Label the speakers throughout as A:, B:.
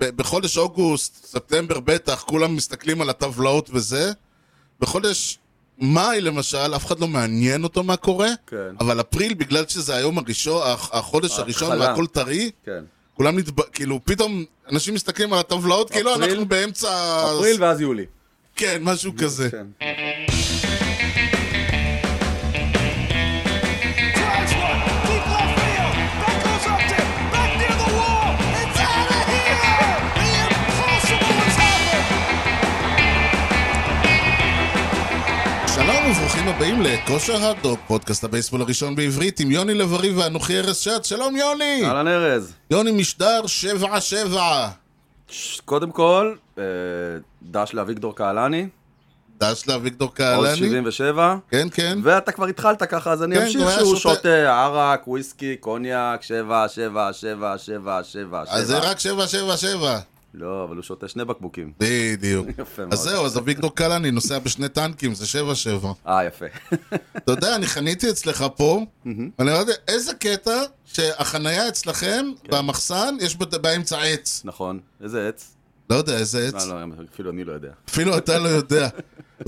A: ב- בחודש אוגוסט, ספטמבר בטח, כולם מסתכלים על הטבלאות וזה. בחודש מאי למשל, אף אחד לא מעניין אותו מה קורה,
B: כן.
A: אבל אפריל, בגלל שזה היום הראשון, הח- החודש הראשון
B: ההתחלה.
A: והכל טרי,
B: כן.
A: כולם נתב... כאילו, פתאום אנשים מסתכלים על הטבלאות, כאילו
B: אפריל-
A: אנחנו באמצע...
B: אפריל ואז יולי.
A: כן, משהו כזה.
B: כן.
C: Drives one, deep left field. That goes up to back near the wall. It's out of here. The impossible has happened.
A: שלום וברוכים הבאים לכושר הדוק, פודקאסט הבייסבול הראשון בעברית עם יוני לב-ארי ואנוכי ארז שעד. שלום יוני!
B: אהלן ארז.
A: יוני משדר שבע שבע.
B: ש- קודם כל, אה, דש לאביגדור קהלני,
A: דש לאביגדור
B: עוד
A: קהלני.
B: 77.
A: כן, כן.
B: ואתה כבר התחלת ככה, אז אני
A: כן,
B: אמשיך
A: הוא היה
B: שהוא
A: שותה-
B: שותה ערק, וויסקי, קוניאק, שבע, שבע, שבע, שבע, שבע,
A: אז זה
B: שבע.
A: רק שבע שבע שבע.
B: לא, אבל הוא שותה שני בקבוקים.
A: בדיוק.
B: יפה מאוד.
A: אז זהו, אז אביגדור קלני נוסע בשני טנקים, זה שבע שבע.
B: אה, יפה.
A: אתה יודע, אני חניתי אצלך פה, ואני לא יודע, איזה קטע שהחנייה אצלכם,
B: כן.
A: במחסן, יש בת- באמצע עץ.
B: נכון. איזה עץ?
A: לא יודע, איזה
B: לא,
A: עץ.
B: לא, אפילו אני לא יודע.
A: אפילו אתה לא יודע.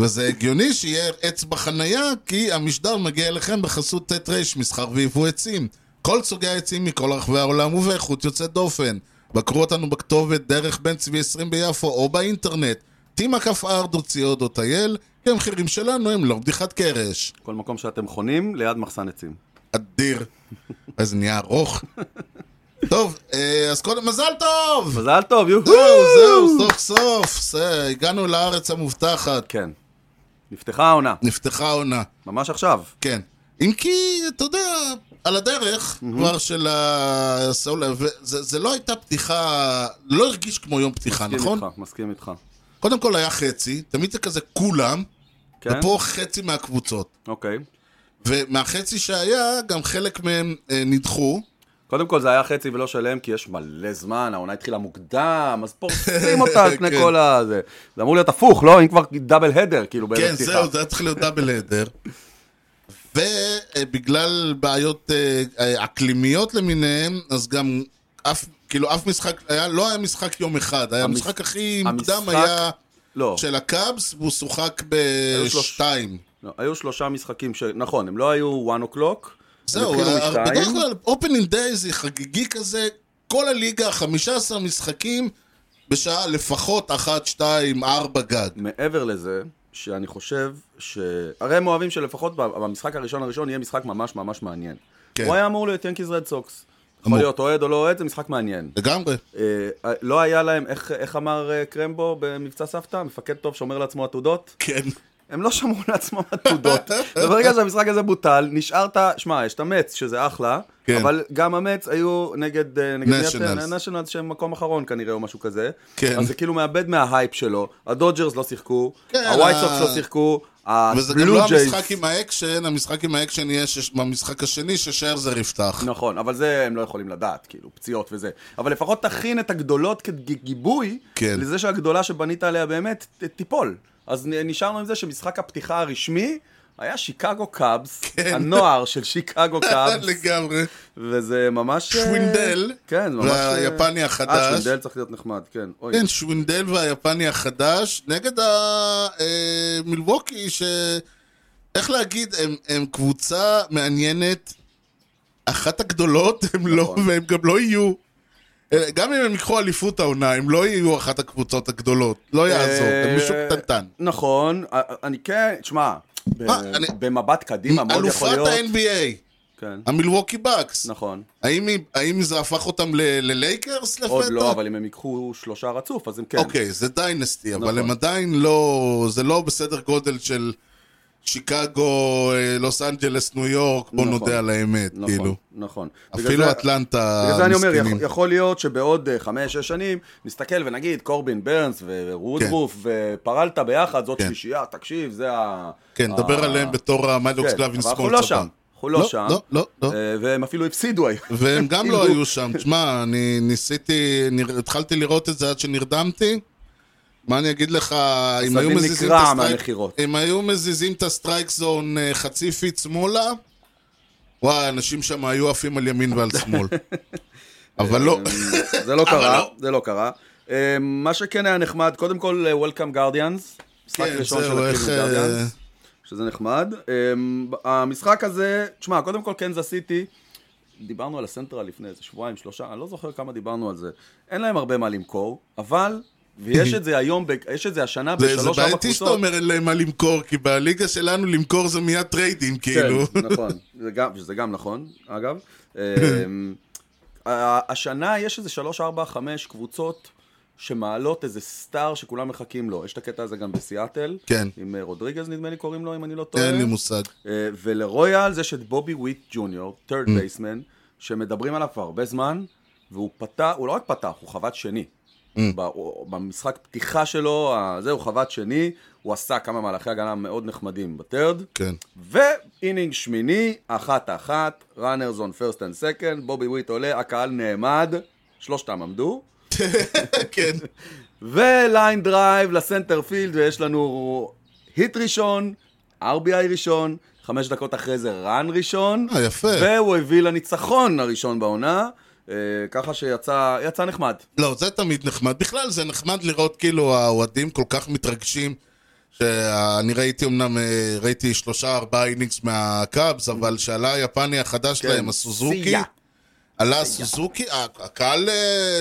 A: וזה הגיוני שיהיה עץ בחנייה, כי המשדר מגיע אליכם בחסות ט' ר' מסחר ויבוא עצים. כל סוגי העצים מכל רחבי העולם ובאיכות יוצאת דופן. בקרו אותנו בכתובת דרך בן צבי 20 ביפו או באינטרנט. tima.co.il, כי המחירים שלנו הם לא בדיחת קרש.
B: כל מקום שאתם חונים, ליד מחסן עצים.
A: אדיר. אז נהיה ארוך. טוב, אה, אז קודם, מזל טוב!
B: מזל טוב, יוהו!
A: זהו, זהו, סוף סוף. זה, הגענו לארץ המובטחת.
B: כן. נפתחה העונה,
A: נפתחה העונה.
B: ממש עכשיו.
A: כן. אם כי, אתה יודע, על הדרך, כבר של הסאולה, זה זה לא הייתה פתיחה, לא הרגיש כמו יום פתיחה,
B: מסכים
A: נכון?
B: איתך, מסכים איתך.
A: קודם כל היה חצי, תמיד זה כזה כולם,
B: כן?
A: ופה חצי מהקבוצות.
B: אוקיי.
A: ומהחצי שהיה, גם חלק מהם אה, נדחו.
B: קודם כל זה היה חצי ולא שלם, כי יש מלא זמן, העונה התחילה מוקדם, אז פורסים אותה על פני
A: כן.
B: כל הזה. זה אמור להיות הפוך, לא? אם כבר דאבל הדר, כאילו, בערב
A: כן,
B: פתיחה.
A: זהו, זה היה צריך להיות דאבל הדר. ובגלל בעיות אה, אה, אקלימיות למיניהם, אז גם אף, כאילו אף משחק, היה, לא היה משחק יום אחד, היה
B: המש-
A: המשחק הכי
B: המשחק-
A: מוקדם היה...
B: לא,
A: של הקאבס, והוא שוחק
B: היו שלוש-
A: בשתיים.
B: לא, היו שלושה משחקים ש... נכון, הם לא היו 1 o'clock.
A: זהו,
B: כאילו
A: ה- בדרך כלל אופנינג דיי זה חגיגי כזה, כל הליגה, 15 משחקים, בשעה לפחות אחת, שתיים, ארבע גג.
B: מעבר לזה, שאני חושב ש... הרי הם אוהבים שלפחות ב- במשחק הראשון הראשון יהיה משחק ממש ממש מעניין.
A: כן.
B: הוא היה אמור להיות ינקיז רד סוקס.
A: אמור.
B: יכול להיות אוהד או לא אוהד, זה משחק מעניין.
A: לגמרי.
B: אה, לא היה להם, איך, איך אמר אה, קרמבו במבצע סבתא? מפקד טוב שומר לעצמו עתודות?
A: כן.
B: הם לא שמרו לעצמם עתודות. וברגע שהמשחק הזה בוטל, נשארת, שמע, יש את המץ, שזה אחלה,
A: כן.
B: אבל גם המץ היו נגד, אה, נגד
A: Nationals.
B: נשיונלס, שהם מקום אחרון כנראה, או משהו כזה.
A: כן.
B: אז זה כאילו מאבד מההייפ שלו. הדודג'רס לא שיחקו,
A: כן,
B: הווייט
A: ה-
B: סוקס לא שיחקו,
A: וזה גם לא
B: הבלו ג'ייז.
A: המשחק עם האקשן, המשחק עם האקשן יהיה שש- במשחק השני ששרזר יפתח.
B: נכון, אבל זה הם לא יכולים לדעת, כאילו, פציעות וזה. אבל לפחות תכין את הגדולות כגיבוי,
A: כן.
B: לזה שהגדולה שבנית עליה באמת ת- תיפול. אז נ- נשארנו עם זה שמשחק הפתיחה הרשמי היה שיקגו קאבס,
A: כן.
B: הנוער של שיקגו קאבס,
A: לגמרי.
B: וזה ממש... אה,
A: שווינדל,
B: כן, זה ממש... אה,
A: והיפני
B: אה,
A: החדש.
B: שווינדל צריך להיות נחמד, כן. אוי,
A: כן, שווינדל והיפני החדש, נגד המילווקי, ש... איך להגיד, הם, הם קבוצה מעניינת, אחת הגדולות, הם לא,
B: נכון.
A: והם גם לא יהיו. אה, גם אם הם ייקחו אליפות העונה, הם לא יהיו אחת הקבוצות הגדולות. לא יעזור, הם
B: אה,
A: מישהו קטנטן.
B: נכון, אה, אני כן, תשמע, ב-
A: מה, אני-
B: במבט קדימה מאוד יכול
A: אלופת
B: להיות...
A: ה-NBA,
B: כן,
A: המילווקי בקס.
B: נכון.
A: האם, היא- האם זה הפך אותם ל- ללייקרס לפתע?
B: עוד לא, אבל אם הם ייקחו שלושה רצוף, אז הם כן.
A: אוקיי, זה דיינסטי,
B: נכון.
A: אבל הם עדיין לא... זה לא בסדר גודל של שיקגו, אה, לוס אנג'לס, ניו יורק, בוא
B: נכון.
A: נודה על האמת,
B: נכון,
A: כאילו.
B: נכון. בגלל
A: אפילו
B: זה-
A: אטלנטה
B: בגלל זה אני אומר,
A: מסכנים.
B: יכול, יכול להיות שבעוד אה, חמש, שש שנים, נסתכל ונגיד, קורבין ברנס ורודרוף ופרלטה ביחד, זאת
A: כן.
B: שלישייה, תקשיב, זה ה...
A: כן,
B: ה-
A: דבר עליהם בתור המיילוקס
B: אה, כן,
A: גלווינס
B: אבל אנחנו לא
A: קונצבן.
B: שם, אנחנו לא שם.
A: לא, לא, לא.
B: אה, והם אפילו הפסידו היום.
A: והם גם לא
B: כאילו-
A: היו שם. תשמע, אני ניסיתי, נר- התחלתי לראות את זה עד שנרדמתי. מה אני אגיד לך, אם היו
B: הסדין
A: מזיזים את
B: נקרע
A: הסטרייק...
B: מהמכירות.
A: אם היו מזיזים את הסטרייק זון אה, חצי פיט שמאלה, וואי, אנשים שם היו עפים על ימין ועל שמאל. אבל לא,
B: זה לא
A: אבל
B: קרה,
A: לא.
B: זה לא קרה. אה, מה שכן היה נחמד, קודם כל, אה, Welcome Guardians. משחק
A: כן,
B: ראשון של
A: זהו,
B: הקימו
A: איך... אה,
B: Guardians, שזה נחמד. אה, המשחק הזה, תשמע, קודם כל קנזס סיטי, דיברנו על הסנטרל לפני איזה שבועיים, שלושה, אני לא זוכר כמה דיברנו על זה. אין להם הרבה מה למכור, אבל, ויש את זה היום, ב- יש את זה השנה
A: זה- זה
B: בשלוש, ארבע
A: בעייתי שאתה
B: קבוצות.
A: אומר אין להם מה למכור, כי בליגה שלנו למכור זה מיד טריידים, כאילו.
B: כן, נכון, זה גם, שזה גם נכון, אגב. אמ, ה- השנה יש איזה 3, 4, 5 קבוצות שמעלות איזה סטאר שכולם מחכים לו. יש את הקטע הזה גם בסיאטל.
A: כן.
B: עם אה, רודריגז נדמה לי קוראים לו, אם אני לא טועה.
A: אין לי מושג.
B: אה, ולרויאלס יש את בובי וויט ג'וניור, third
A: Mm.
B: baseman, שמדברים עליו כבר הרבה זמן, והוא פתח, הוא לא רק פתח, הוא חבט שני.
A: Mm.
B: ב- הוא- במשחק פתיחה שלו, ה- זה, הוא חבט שני, הוא עשה כמה מהלכי הגנה מאוד נחמדים בטרד.
A: כן.
B: ואינינג שמיני, אחת-אחת, ראנרס און פרסט אנד סקנד, בובי וויט עולה, הקהל נעמד, שלושתם עמדו,
A: כן.
B: וליין דרייב לסנטר פילד, ויש לנו היט ראשון, RBI ראשון, חמש דקות אחרי זה רן ראשון,
A: אה, יפה.
B: והוא הביא לניצחון הראשון בעונה, אה, ככה שיצא יצא נחמד.
A: לא, זה תמיד נחמד. בכלל, זה נחמד לראות כאילו האוהדים כל כך מתרגשים. שאני ראיתי אמנם, אה, ראיתי שלושה ארבעה אינינגס מהקאבס, אבל שעלה היפני החדש
B: כן.
A: להם, הסוזוקי,
B: סייע.
A: עלה הסוזוקי, ה- הקהל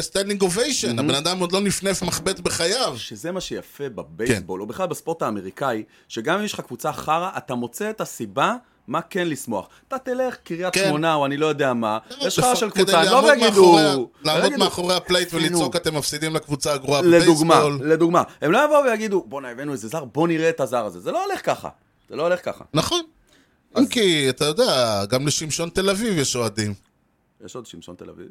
A: סטנדינג
B: Mm-hmm.
A: אוביישן, הבן אדם עוד לא נפנף מחבט בחייו.
B: שזה מה שיפה בבייסבול, או בכלל בספורט האמריקאי, שגם אם יש לך קבוצה חרא, אתה מוצא את הסיבה מה כן לשמוח. אתה תלך קריית
A: כן.
B: שמונה, או אני לא יודע מה, יש חרא של
A: כדי
B: קבוצה, לא
A: לעמוד
B: יגידו...
A: מאחורי ה-
B: לא
A: לעמוד
B: יגידו-
A: מאחורי הפלייט ולצעוק אתם מפסידים לקבוצה הגרועה
B: לדוגמה,
A: בבייסבול.
B: לדוגמה. הם לא יבואו ויגידו, בואנה, הבאנו איזה זר, בוא נראה את הזר הזה. זה לא הולך ככה. זה לא הולך ככה.
A: נכון. אם כי, אתה יודע, גם לשמשון תל אביב יש אוהדים.
B: יש עוד שמשון תל אביב?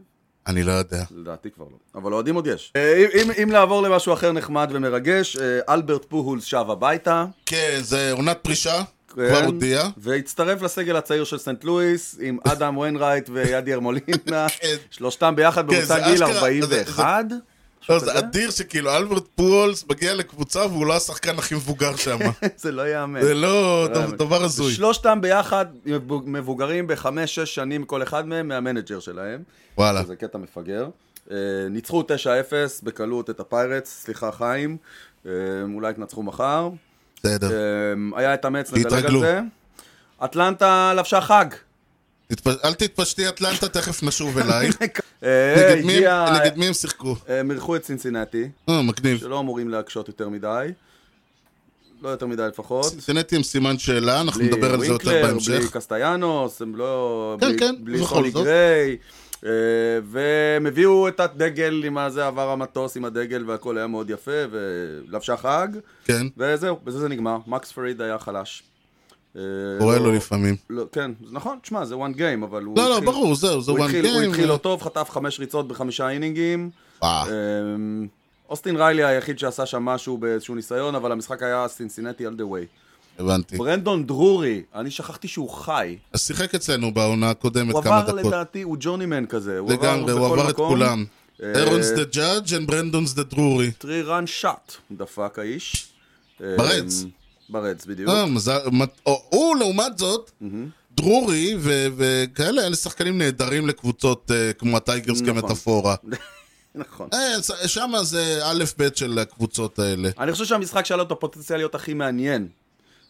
A: אני לא יודע.
B: לדעתי כבר לא. אבל אוהדים עוד יש. אה, אם- אם- אם לעבור למשהו אחר נחמד ומרגש, אה, אלברט פוהולס שב הביתה.
A: כן, זה עונת פרישה, כבר
B: כן,
A: הודיע.
B: והצטרף לסגל הצעיר של סנט לואיס עם אדם וויינרייט וידיאר מולינה,
A: כן.
B: שלושתם ביחד
A: כן,
B: בממוצע
A: זה
B: גיל
A: אשכרה, זה-
B: 41.
A: לא,
B: אתה
A: זה
B: יודע?
A: אדיר שכאילו אלברט פולס מגיע לקבוצה והוא לא השחקן הכי מבוגר שם.
B: זה לא ייאמן.
A: זה לא
B: לא ייאמן.
A: דבר הזוי.
B: שלושתם ביחד מבוגרים בחמש, שש שנים כל אחד מהם מהמנג'ר שלהם.
A: וואלה.
B: זה קטע מפגר. אה, ניצחו 9-0 בקלות את הפיירטס, סליחה חיים, אה, אולי תנצחו מחר.
A: בסדר.
B: אה, היה את המץ, נדלג על
A: התרגלו.
B: זה. אטלנטה לבשה חג.
A: תתפ- אל תתפשטי אטלנטה, תכף נשוב אלייך.
B: אה,
A: נגד מי-
B: הגיע-
A: נגד מי הם שיחקו?
B: אה, הם אירחו את צינסינטי,
A: אה, מגניב.
B: שלא אמורים להקשות יותר מדי. לא יותר מדי לפחות.
A: סינטי עם סימן שאלה, אנחנו נדבר על זה יותר
B: ווינקלר, בלי
A: בהמשך.
B: קסטיאנוס, הם לא...
A: כן,
B: בלי,
A: כן,
B: בלי
A: בכל
B: סולי
A: זאת.
B: גריי. אה, והם הביאו את הדגל עם הזה, עבר המטוס עם הדגל והכל היה מאוד יפה, ולבשה חג,
A: כן,
B: וזהו, בזה זה נגמר. מקס פריד היה חלש. אה,
A: קורה
B: לא-
A: לו לפעמים.
B: לא, כן, זה נכון, תשמע, זה one game, אבל הוא
A: לא, לא,
B: התחיל-
A: ברור, זהו, זה
B: הוא
A: one
B: התחיל- הוא
A: game.
B: התחיל לא טוב, חטף חמש ריצות בחמישה אינינגים.
A: אה,
B: אמ, אוסטין ריילי היחיד שעשה שם משהו באיזשהו ניסיון, אבל המשחק היה סינסינטי על דה ווי.
A: הבנתי.
B: ברנדון דרורי, אני שכחתי שהוא חי.
A: אז שיחק אצלנו בעונה הקודמת
B: הוא
A: כמה
B: עבר
A: דקות.
B: לדעתי, הוא ג'ונימן כזה. הוא
A: לגמרי, הוא
B: בכל
A: עבר את
B: מקום.
A: כולם.
B: אה,
A: אירונס דה ג'אדג' וברנדונס דה דרורי.
B: טרי רן שאט דפק האיש. אמ,
A: ברדס.
B: ברדס, בדיוק.
A: אה, מזל- מת- או- הוא, לעומת זאת, דרורי ו- וכאלה, אלה שחקנים נהדרים לקבוצות אה, כמו הטייגרס
B: נכון.
A: כמטאפורה.
B: נכון.
A: אה, ס- שמה זה א' ב' של הקבוצות האלה.
B: אני חושב שהמשחק שהיה לו את הפוטנציאל להיות הכי מעניין.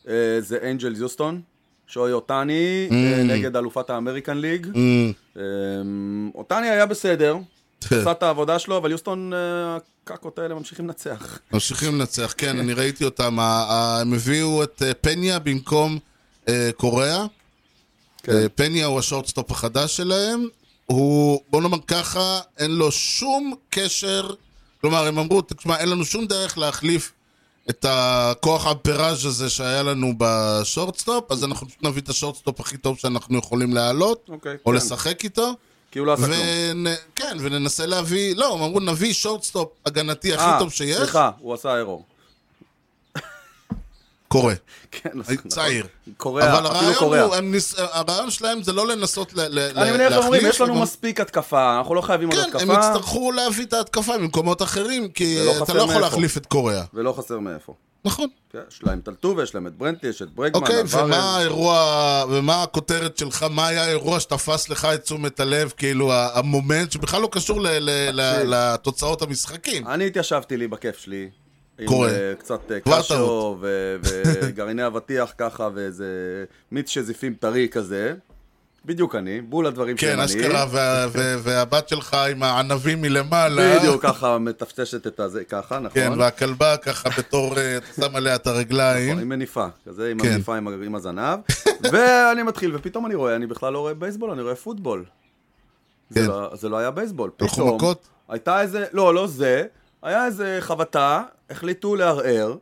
B: אה, זה אנג'ל יוסטון, שוי אותני, אה,
A: Mm.
B: נגד אלופת האמריקן ליג.
A: אמ,
B: אמ, אותני היה בסדר,
A: כן.
B: עשה את העבודה שלו, אבל יוסטון, אה, הקקות האלה ממשיכים לנצח.
A: ממשיכים לנצח, כן, אני ראיתי אותם. ה- ה- הם הביאו את אה, פניה במקום אה, קוריאה.
B: כן.
A: אה, פניה הוא השורטסטופ החדש שלהם. הוא, בוא נאמר ככה, אין לו שום קשר. כלומר, הם אמרו, תשמע, אין לנו שום דרך להחליף את הכוח האמפראז' הזה שהיה לנו בשורטסטופ, אז אנחנו פשוט נביא את השורטסטופ הכי טוב שאנחנו יכולים להעלות,
B: אוקיי,
A: או
B: כן.
A: לשחק איתו.
B: כי הוא לא עשה כלום.
A: ונ... כן, וננסה להביא, לא, הם אמרו, נביא שורטסטופ הגנתי הכי
B: אה,
A: טוב שיש.
B: סליחה, הוא עשה ארור.
A: קורה.
B: כן, נכון.
A: אה, צעיר.
B: קוריאה,
A: אבל
B: אפילו
A: הרעיון,
B: קוריאה.
A: הוא, אה, הם ניס... הרעיון שלהם זה לא לנסות ל... ל...
B: אני
A: ל-
B: מניח שאומרים,
A: להחליף,
B: יש לנו
A: הם-
B: מספיק התקפה, אנחנו לא חייבים עוד
A: כן, הם
B: התקפה,
A: יצטרכו להביא את ההתקפה ממקומות אחרים, כי
B: ולא
A: אתה
B: חסר
A: לא יכול
B: מאיפה.
A: להחליף את קוריאה.
B: ולא חסר מאיפה.
A: נכון.
B: כן, יש להם טלטובה, יש להם את ברנטי, יש את ברקמן,
A: אוקיי, ומה
B: אלוורז.
A: האירוע, ומה הכותרת שלך, מה היה האירוע שתפס לך את תשומת הלב, כאילו ה- המומנט שבכלל לא קשור ל- ל- ל-
B: תקשיב. אה,
A: לתוצאות המשחקים.
B: אני התיישבתי לי בכיף שלי. עם,
A: קורה.
B: אה, קצת אה,
A: כבר
B: קשו
A: טעות.
B: ו- וגרעיני אבטיח ככה ואיזה מיץ שזיפים טרי כזה. בדיוק אני, בול הדברים
A: כן,
B: שהם
A: אשכרה,
B: אני.
A: וה- ו- והבת שלך עם הענבים מלמעלה.
B: בדיוק ככה מטפטשת את הזה, ככה, נכון?
A: אה. כן, והכלבה ככה בתור, אה, אתה שם עליה את
B: נכון,
A: הרגליים.
B: עם מניפה, כזה עם
A: כן.
B: המניפה עם ה- עם הזנב, ואני מתחיל, ופתאום אני רואה, אני בכלל לא רואה בייסבול, אני רואה פוטבול. זה
A: כן.
B: לא- זה לא היה בייסבול,
A: הלכו
B: פתאום.
A: מכות?
B: הייתה איזה, לא, לא זה, היה איזה חבטה, החליטו לערער,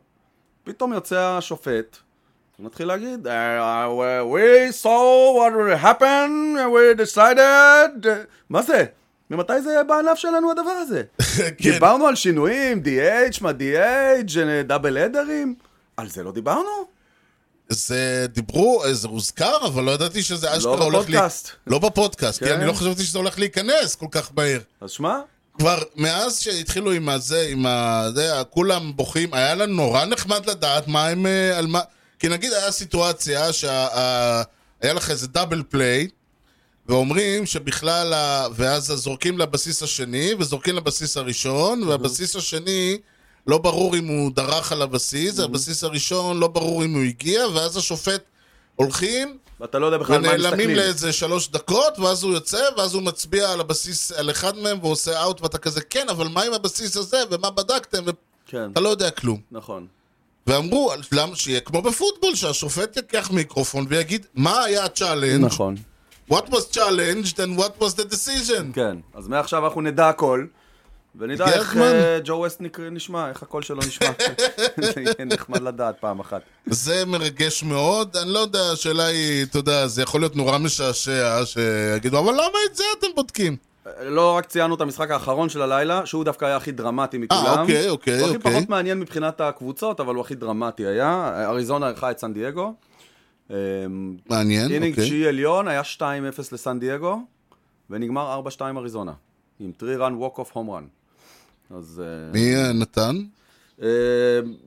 B: פתאום יוצא השופט, ומתחיל להגיד, "אה, We saw what happened, we decided... מה זה? ממתי זה בענף שלנו הדבר הזה?
A: כן,
B: דיברנו על שינויים, DH, מה DH, אה, דאבל אדרים? על זה לא דיברנו?
A: זה דיברו, אה, זה הוזכר, אבל לא ידעתי שזה אשכרה הולך לי...
B: בפודקאסט.
A: לא בפודקאסט, כי
B: כן.
A: אני לא חשבתי שזה הולך להיכנס כל כך מהר.
B: אז שמע,
A: כבר מאז שהתחילו עם הזה, עם ה... זה, כולם בוכים, היה לנו נורא נחמד לדעת מה הם... אה, על מה... כי נגיד היה סיטואציה שה... ה- היה לך איזה דאבל פליי, ואומרים שבכלל, ה... ואז זורקים לבסיס השני, וזורקים לבסיס הראשון, והבסיס השני, לא ברור אם הוא דרך על הבסיס, הבסיס הראשון, לא ברור אם הוא הגיע, ואז השופט הולכים,
B: ואתה לא יודע בכלל מה הם
A: ונעלמים
B: מסתכלים.
A: לאיזה שלוש דקות, ואז הוא יוצא, ואז הוא מצביע על הבסיס, על אחד מהם, ועושה אאוט, ואתה כזה, כן, אבל מה עם הבסיס הזה, ומה בדקתם, ואתה
B: כן,
A: לא יודע כלום.
B: נכון.
A: ואמרו, למה שיהיה כמו בפוטבול, שהשופט ייקח מיקרופון ויגיד, מה היה הצ'אלנג',
B: נכון.
A: what was challenged and what was the decision.
B: כן, אז מעכשיו אנחנו נדע הכל, ונדע
A: הגיע
B: איך
A: הזמן.
B: אה, ג'ו ווסט נק- נשמע, איך הקול שלו נשמע. זה יהיה נחמד לדעת פעם אחת.
A: זה מרגש מאוד, אני לא יודע, השאלה היא, אתה יודע, זה יכול להיות נורא משעשע, שיגידו, אבל למה את זה אתם בודקים?
B: אה, לא רק ציינו את המשחק האחרון של הלילה, שהוא דווקא היה הכי דרמטי מכולם.
A: אוקיי, אוקיי,
B: הוא הכי
A: אוקיי.
B: פחות מעניין מבחינת הקבוצות, אבל הוא הכי דרמטי היה. אה, אריזונה ערכה את סן דייגו. אה,
A: מעניין,
B: אינינג
A: אוקיי.
B: תשיעי עליון היה 2-0 לסן דייגו, ונגמר 4-2 אריזונה. עם 3 run walk off home run. אז... אה,
A: מי אה, נתן?
B: אה,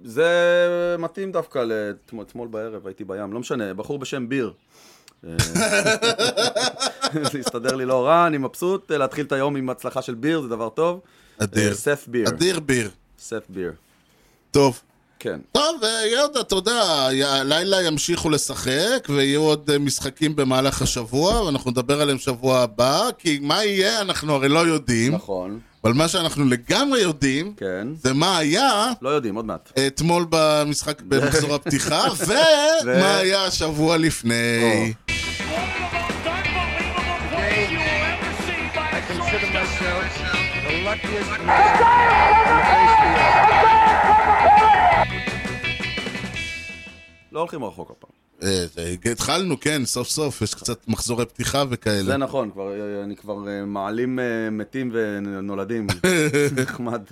B: זה מתאים דווקא לאתמול בערב, הייתי בים, לא משנה, בחור בשם ביר. אה, זה הסתדר לי לא רע, אני מבסוט, אה, להתחיל את היום עם הצלחה של ביר זה דבר טוב.
A: אדיר.
B: אה, סף ביר.
A: אדיר ביר.
B: סף ביר,
A: טוב.
B: כן.
A: טוב, ויהיה עוד, אתה יודע, י- הלילה ימשיכו לשחק, ויהיו עוד אה, משחקים במהלך השבוע, ואנחנו נדבר עליהם שבוע הבא, כי מה יהיה אנחנו הרי לא יודעים,
B: נכון,
A: אבל מה שאנחנו לגמרי יודעים,
B: כן.
A: זה מה היה
B: לא יודעים, עוד מעט.
A: אתמול במשחק במחזור הפתיחה, ומה היה השבוע לפני.
D: I consider myself the luckiest man.
B: לא הולכים רחוק הפעם.
A: אה, זה- התחלנו, כן, סוף סוף, יש קצת מחזורי פתיחה וכאלה.
B: זה נכון, כבר, אה, אני כבר אה, מעלים אה, מתים ונולדים. נחמד.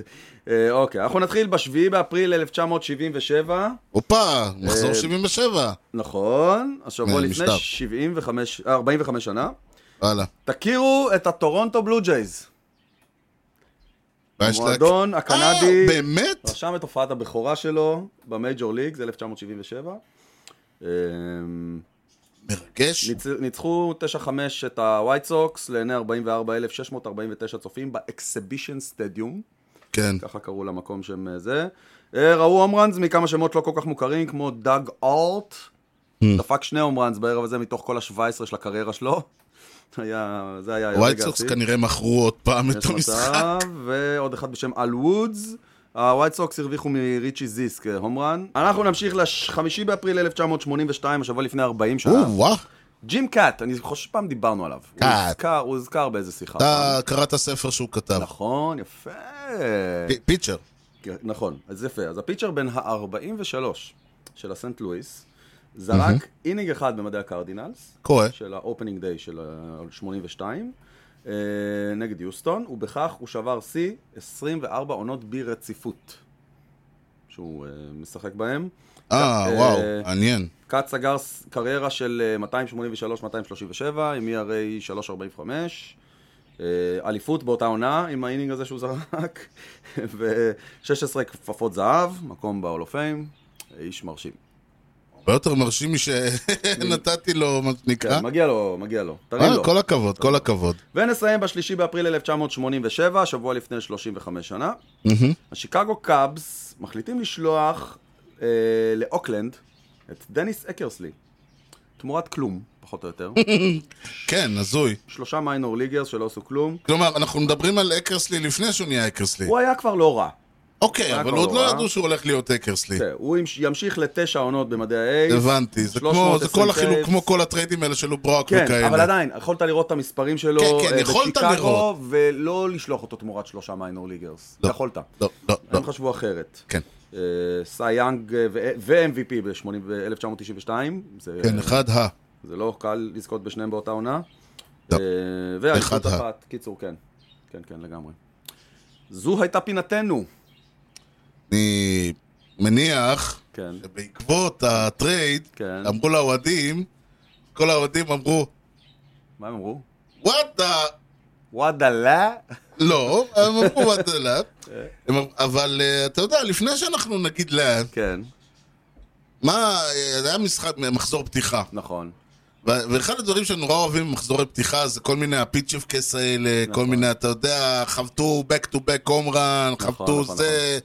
B: אה, אוקיי, אנחנו נתחיל בשביעי באפריל 1977.
A: הופה,
B: אה,
A: מחזור 77,
B: נכון, השבוע
A: אה,
B: לפני
A: משטר.
B: 75, אה, 45 שנה.
A: וואלה.
B: תכירו את הטורונטו בלו ג'ייז.
A: מה יש לה-
B: המועדון הקנדי
A: אה, באמת?
B: רשם את הופעת הבכורה שלו במייג'ור ליג, זה 1977. אה,
A: מרגש.
B: ניצ- ניצחו 9-5 את הווייט סוקס לעיני 44,649 צופים באקסבישן סטדיום.
A: כן.
B: ככה קראו למקום שהם אה, זה. אה, ראו הומראנס מכמה שמות לא כל כך מוכרים, כמו דאג אורט.
A: Hmm.
B: דפק שני הומראנס בערב הזה מתוך כל ה-17 של הקריירה שלו. היה, זה היה
A: הווייט סוקס כנראה מכרו עוד פעם את
B: אה, יש
A: המשחק.
B: מצב, ועוד אחד בשם אל וודס. הווייט סוקס הרוויחו מריצ'י זיסק, אה, הומרן. אנחנו נמשיך ל-5 באפריל 1982, השבוע לפני 40 שנה.
A: או, וואו.
B: ג'ים קאט, אני חושב שפעם דיברנו עליו. הוא
A: קאט.
B: הוזכר- הוא הוזכר באיזה שיחה.
A: אתה קראת ספר שהוא כתב.
B: אה, נכון, יפה.
A: פ- פיצ'ר. אה,
B: כן, נכון, אז יפה. אז הפיצ'ר בן ה-43 של הסנט לואיס זרק אינינג אחד במדעי הקרדינלס,
A: קורה.
B: של האופנינג דיי של ה-82, אה, נגד יוסטון, ובכך הוא שבר שיא 24 עונות ברציפות, שהוא אה, משחק בהם.
A: אה,
B: אה,
A: וואו, מעניין.
B: כץ סגר ס- קריירה של אה, 283-237, עם E ERA 345. אה, אליפות באותה עונה עם האינינג הזה שהוא זרק, ו-16 כפפות זהב, מקום ב-all of fame, איש מרשים.
A: הרבה יותר מרשים משנתתי לו, מה שנקרא.
B: כן, מגיע לו, מגיע לו. תרים
A: אה,
B: לו.
A: כל הכבוד, כל הכבוד.
B: ונסיים בשלישי באפריל 1987, שבוע לפני 35 שנה. השיקגו קאבס מחליטים לשלוח אה, לאוקלנד את דניס אקרסלי. תמורת כלום, פחות או יותר.
A: כן, הזוי.
B: שלושה מיינור ליגרס שלא עשו כלום.
A: כלומר, אנחנו מדברים על אקרסלי לפני שהוא נהיה אקרסלי.
B: הוא היה כבר לא רע.
A: אוקיי,
B: היה
A: אבל
B: כבר
A: עוד
B: לא
A: לא
B: רע.
A: ידעו שהוא הולך להיות אקרסלי.
B: כן, הוא ימש- ימשיך לתשע עונות במדעי האייס.
A: הבנתי, זה כמו- זה כל
B: 320
A: החילוק,
B: saves.
A: כמו כל הטריידים האלה של לוברוק
B: כן,
A: וכאלה.
B: אבל עדיין, יכולת לראות את המספרים שלו
A: כן, כן,
B: אה,
A: יכולת לראות.
B: בשיקגו, ולא לשלוח אותו תמורת שלושה מיינור ליגרס.
A: לא,
B: יכולת.
A: לא, לא, לא.
B: הם חשבו אחרת.
A: כן.
B: אה, סי יאנג אה, ו- ו-MVP ב-1992, זה,
A: כן, אחד ה.
B: זה לא קל לזכות בשניהם באותה עונה.
A: לא.
B: אה,
A: אחד
B: והאליפות
A: ה-
B: אחת, קיצור, כן. כן, כן, לגמרי. זו הייתה פינתנו.
A: אני מניח
B: כן.
A: שבעקבות הטרייד,
B: כן.
A: אמרו לאוהדים, כל האוהדים אמרו,
B: מה הם אמרו?
A: וואט דה...
B: וואדלה?
A: לא, הם אמרו וואט דה לאט. אבל אה, אתה יודע, לפני שאנחנו נגיד לאט,
B: כן,
A: מה, אה, זה היה משחק, מחזור פתיחה.
B: נכון.
A: ו- ואחד הדברים שנורא אוהבים במחזורי פתיחה זה כל מיני הפיצ'פקס האלה, כל
B: נכון.
A: מיני, אתה יודע, חבטו back to back הומרן, חבטו
B: נכון,
A: זה,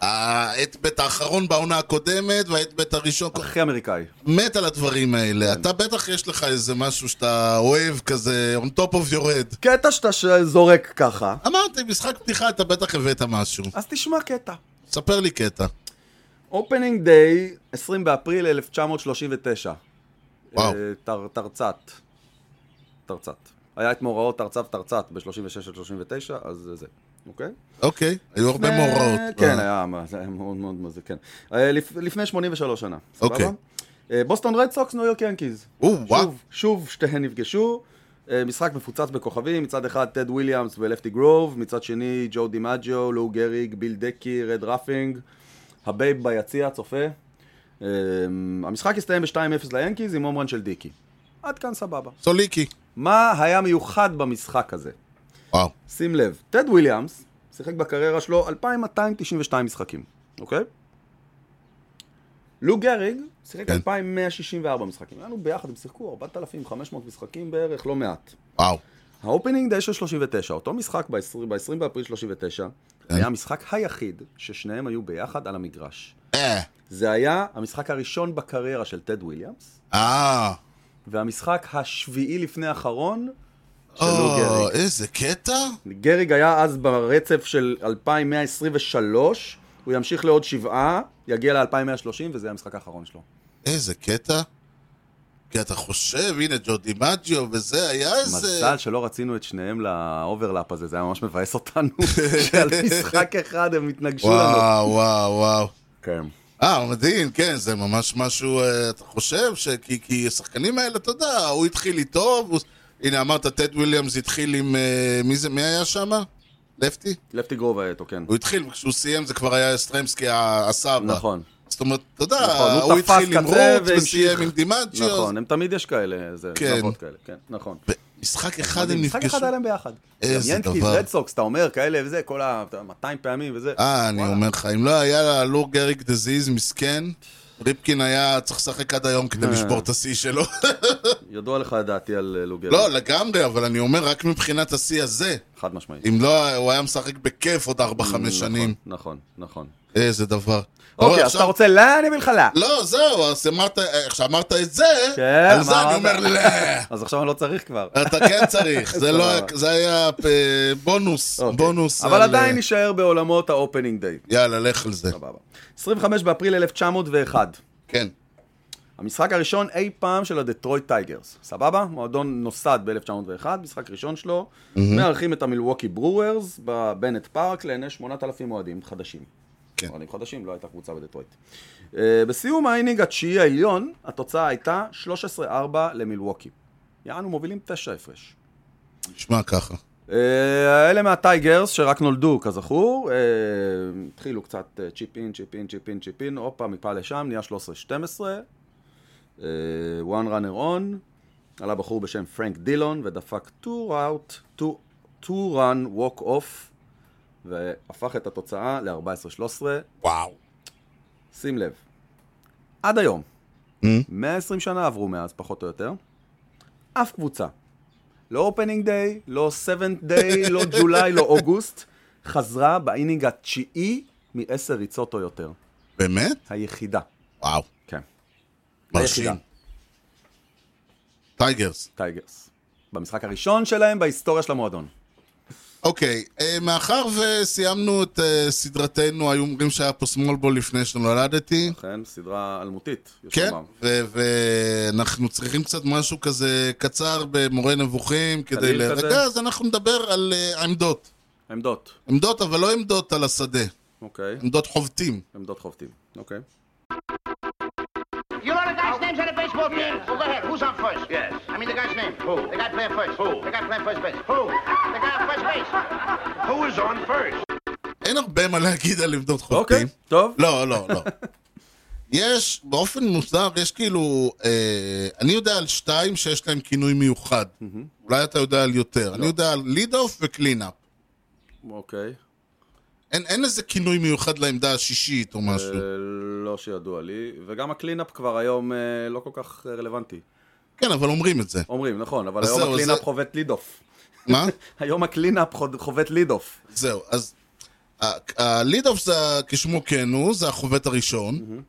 A: האטבט האחרון בעונה הקודמת והאטבט הראשון,
B: הכי אמריקאי.
A: מת על הדברים האלה. אתה בטח יש לך איזה משהו שאתה אוהב כזה, on top of your head.
B: קטע שאתה ש- זורק ככה.
A: אמרתי, משחק פתיחה אתה בטח הבאת משהו.
B: אז תשמע קטע.
A: ספר לי קטע.
B: אופנינג דיי, 20 באפריל 1939.
A: וואו.
B: אה, תר, תרצ"ת. תרצ"ת. היה את מאורעות תרצ"ו תרצ"ת ב-36 עד 39, אז זה זה. אוקיי?
A: אוקיי, היו הרבה
B: לפני-
A: מאורעות.
B: כן, היה, מה- זה היה מאוד מאוד מאוד, זה כן. אה, לפ- לפני 83 שנה,
A: אוקיי.
B: סבבה? אה, בוסטון רד סוקס, ניו יורק ינקיז.
A: או, וואו.
B: שוב, שוב שתיהן נפגשו. אה, משחק מפוצץ בכוכבים, מצד אחד טד וויליאמס ולפטי גרוב, מצד שני ג'ו דימג'ו, לואו גריג, ביל דקי, רד רפינג, הבייב ביציע, צופה. אה, המשחק הסתיים ב-2-0 ליאנקיז עם הומרן של דיקי. עד כאן סבבה.
A: סוליקי.
B: מה היה מיוחד במשחק הזה?
A: וואו.
B: שים לב, טד וויליאמס שיחק בקריירה שלו 2,292 משחקים, אוקיי? לו גריג שיחק
A: כן.
B: 2,164 משחקים. היינו ביחד, הם שיחקו 4,500 משחקים בערך, לא מעט.
A: וואו.
B: האופנינג די של 39, אותו משחק ב-20 ב- באפריל 39, היה המשחק היחיד ששניהם היו ביחד על המגרש.
A: אה.
B: זה היה המשחק הראשון בקריירה של טד וויליאמס,
A: אה.
B: והמשחק השביעי לפני האחרון של לו גריג.
A: או, איזה קטע?
B: גריג היה אז ברצף של 2123, הוא ימשיך לעוד שבעה, יגיע ל-2130, וזה המשחק האחרון שלו.
A: איזה קטע. כי אתה חושב, הנה ג'ו דימג'יו וזה, היה איזה...
B: מזל שלא רצינו את שניהם לאוברלאפ הזה, זה היה ממש מבאס אותנו, שעל משחק אחד הם התנגשו לנו.
A: וואו, וואו, וואו.
B: כן.
A: אה, מדהים, כן, זה ממש משהו, אה, אתה חושב, ש... כי, כי השחקנים האלה, אתה יודע, הוא התחיל איתו, והוא... הנה, אמרת, טד וויליאמס התחיל עם... אה, מי זה, מי היה שם? לפטי?
B: לפטי גרוב היה איתו, כן.
A: הוא התחיל, כשהוא סיים זה כבר היה סטרמסקי ה- הסבא.
B: נכון.
A: זאת אומרת, אתה יודע,
B: נכון, הוא
A: הוא
B: תפס
A: התחיל עם
B: קצה
A: רוט
B: והמשיך.
A: וסיים עם דימג'יו.
B: נכון, הם תמיד יש כאלה, איזה
A: כן.
B: זנבות כאלה, כן, נכון.
A: משחק אחד הם
B: משחק
A: נפגשו.
B: אחד היה להם ביחד.
A: איזה
B: גם ינקיז,
A: דבר.
B: רד סוקס, אתה אומר, כאלה וזה, כל ה... 200 פעמים וזה.
A: אה, אני
B: וואלה.
A: אומר לך, אם לא היה לו גריק דזיז, מסכן, ריפקין היה צריך לשחק עד היום
B: אה.
A: כדי לשבור את השיא שלו.
B: ידוע לך דעתי על אה, לוגר.
A: לא, לגמרי, אבל אני אומר, רק מבחינת השיא הזה.
B: חד משמעית.
A: אם לא, הוא היה משחק בכיף עוד 4-5 שנים.
B: נכון, נכון.
A: איזה דבר. אבל
B: אוקיי, אז
A: עכשיו-
B: אתה רוצה לה, אני אביא לך לה.
A: לא, זהו, אז אמרת, איך שאמרת את זה,
B: כן,
A: על זה אני
B: אמרת.
A: אומר, לא.
B: אז עכשיו אני לא צריך כבר.
A: אתה כן צריך, זה לא, זה היה אה, בונוס,
B: אוקיי.
A: בונוס.
B: אבל
A: על,
B: עדיין
A: אה,
B: נישאר בעולמות האופנינג דיי.
A: יאללה, לך על זה.
B: סבבה. 25 באפריל 1901.
A: כן.
B: המשחק הראשון אי פעם של הדטרויט טייגרס, סבבה? מועדון נוסד ב-1901, משחק ראשון שלו, מארחים את המילווקי ברוארס בבנט פארק לעיני 8,000 אוהדים חדשים.
A: כן.
B: אוהדים חדשים, לא הייתה קבוצה בדטרויט. אה, בסיום האינינג התשיעי העליון, התוצאה הייתה 13-4 למילווקי. יענו מובילים 9 הפרש.
A: נשמע ככה.
B: אה, אלה מהטייגרס שרק נולדו, כזכור, אה, התחילו קצת אה, צ'יפ אין, צ'יפ אין, צ'יפ אין, צ'יפ אין, הופה, מפה לשם, נהיה 13-12. אה, one runner on, עלה בחור בשם פרנק דילון ודפק two out, two, two run walk off, והפך את התוצאה ל-14-13.
A: וואו.
B: שים לב, עד היום.
A: Mm.
B: 120 שנה עברו מאז, פחות או יותר. אף קבוצה. לא אופנינג דיי, לא סבנט דיי, לא ג'ולי, לא אוגוסט, חזרה באינינג התשיעי מעשר ריצות או יותר.
A: באמת?
B: היחידה.
A: וואו,
B: כן.
A: מרשים.
B: היחידה.
A: טייגרס.
B: טייגרס. במשחק הראשון שלהם בהיסטוריה של המועדון.
A: אוקיי, אה, מאחר וסיימנו את אה, סדרתנו, היו אומרים שהיה פה סמולבול לפני שנולדתי.
B: אכן, סדרה אלמותית, יש
A: כן,
B: לומר.
A: ו- ואנחנו צריכים קצת משהו כזה קצר במורה נבוכים כדי
B: קליל
A: להירגע,
B: כזה.
A: אז אנחנו נדבר על אה, עמדות.
B: עמדות,
A: עמדות, אבל לא עמדות על השדה,
B: אוקיי.
A: עמדות חובטים.
B: עמדות חובטים, אוקיי.
E: You know the guy's names on the baseball team? Well, go ahead. Who's on first? Yes. I mean the guy's name. Who? The guy playing first. Who? The guy playing first base. Who? The guy on first base. Who is on first?
A: אין הרבה מה להגיד על עמדות
B: אוקיי,
A: חובטים.
B: טוב.
A: לא, לא, לא. יש, באופן מוזר, יש כאילו, אה, אני יודע על שתיים שיש להם כינוי מיוחד. אולי אתה יודע על יותר.
B: לא.
A: אני יודע על ליד אוף וקלינאפ.
B: אוקיי.
A: אין, אין איזה כינוי מיוחד לעמדה השישית או משהו.
B: אה, לא שידוע לי, וגם הקלינאפ כבר היום אה, לא כל כך אה, רלוונטי.
A: כן, אבל אומרים את זה.
B: אומרים, נכון, אבל
A: אז
B: היום
A: זהו,
B: הקלינאפ
A: זה-
B: חובט לידוף.
A: מה?
B: היום הקלינאפ חוד- חובט לידוף.
A: זהו, אז ה- הליד אוף זה ה- כשמו כן הוא, זה החובט הראשון.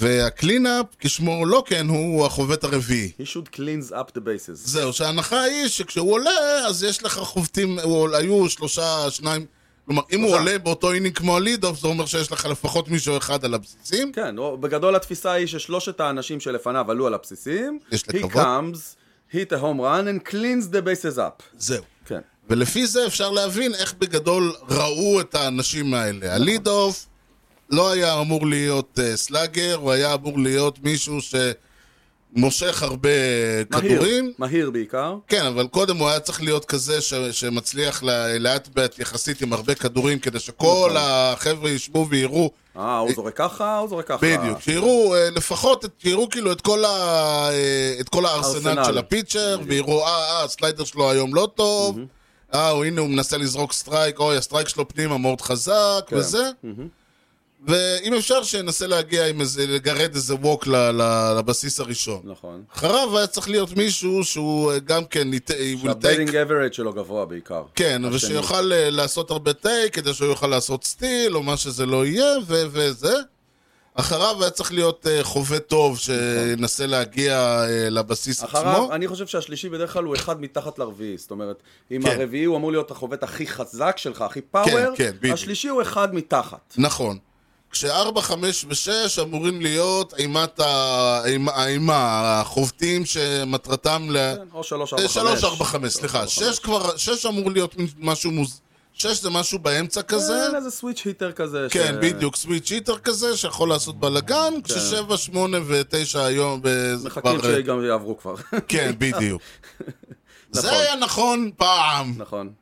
A: והקלינאפ, כשמו לא כן הוא, הוא החובט הרביעי.
B: He should cleans up the bases.
A: זהו, שההנחה היא שכשהוא עולה, אז יש לך חובטים, הוא- היו שלושה, שניים, כלומר, אם הוא עולה באותו אינינג כמו הלידאוף, זה אומר שיש לך לפחות מישהו אחד על הבסיסים.
B: כן, או- בגדול התפיסה היא ששלושת האנשים שלפניו עלו על הבסיסים.
A: יש
B: He
A: לקוות.
B: comes, hit a home run and cleans the bases up.
A: זהו.
B: כן.
A: ולפי זה אפשר להבין איך בגדול ראו את האנשים האלה. הלידאוף לא היה אמור להיות אה, סלאגר, הוא היה אמור להיות מישהו שמושך הרבה
B: מהיר,
A: כדורים.
B: מהיר בעיקר.
A: כן, אבל קודם הוא היה צריך להיות כזה ש... שמצליח ל- לאט בעת יחסית עם הרבה כדורים, כדי שכל החבר'ה ישבו ויראו
B: אה, הוא זורק ככה, הוא זורק ככה.
A: בדיוק, שיראו אה, לפחות, את- שיראו כאילו את כל, ה, אה, את כל הארסנל
B: הארסנל.
A: של הפיצ'ר, ויראו, אה, אה, הסליידר שלו היום לא טוב, אה, או הנה הוא מנסה לזרוק סטרייק, אוי, הסטרייק שלו פנימה מאוד חזק,
B: כן.
A: וזה. ואם אפשר, שינסה להגיע עם איזה, לגרד איזה ווק ל, ל, לבסיס הראשון.
B: נכון.
A: אחריו היה צריך להיות מישהו שהוא אה, גם כן, he ta- he will
B: הבטינג
A: take...
B: אברג' שלו גבוה בעיקר.
A: כן,
B: השני.
A: ושיוכל אה, לעשות הרבה טייק, כדי שהוא יוכל לעשות סטיל, או מה שזה לא יהיה, ו- וזה. אחריו היה צריך להיות אה, חווה טוב, שינסה להגיע אה, לבסיס עצמו.
B: אחריו, אני חושב שהשלישי בדרך כלל הוא אחד מתחת לרביעי, זאת אומרת, אם
A: כן.
B: הרביעי הוא אמור להיות החובט הכי חזק שלך, הכי פאוור,
A: כן, בדיוק.
B: השלישי הוא אחד מתחת.
A: נכון. כשארבע, חמש ושש אמורים להיות אימת ה- האימה- האימה, החובטים שמטרתם ל...
B: כן, או שלוש, ארבע,
A: אה,
B: חמש.
A: שלוש, ארבע, חמש, סליחה.
B: שלוש,
A: שש כבר, שש אמור להיות מין משהו מוז... שש זה משהו באמצע כזה.
B: כן, איזה סוויץ' היטר כזה. ש-
A: כן, בדיוק, סוויץ' היטר כזה, שיכול לעשות בלאגן, כששבע, שמונה ותשע היום, וזה
B: כן. מחכים
A: כבר- אה,
B: שגם יעברו כבר.
A: כן, בדיוק.
B: נכון.
A: זה היה נכון פעם.
B: נכון.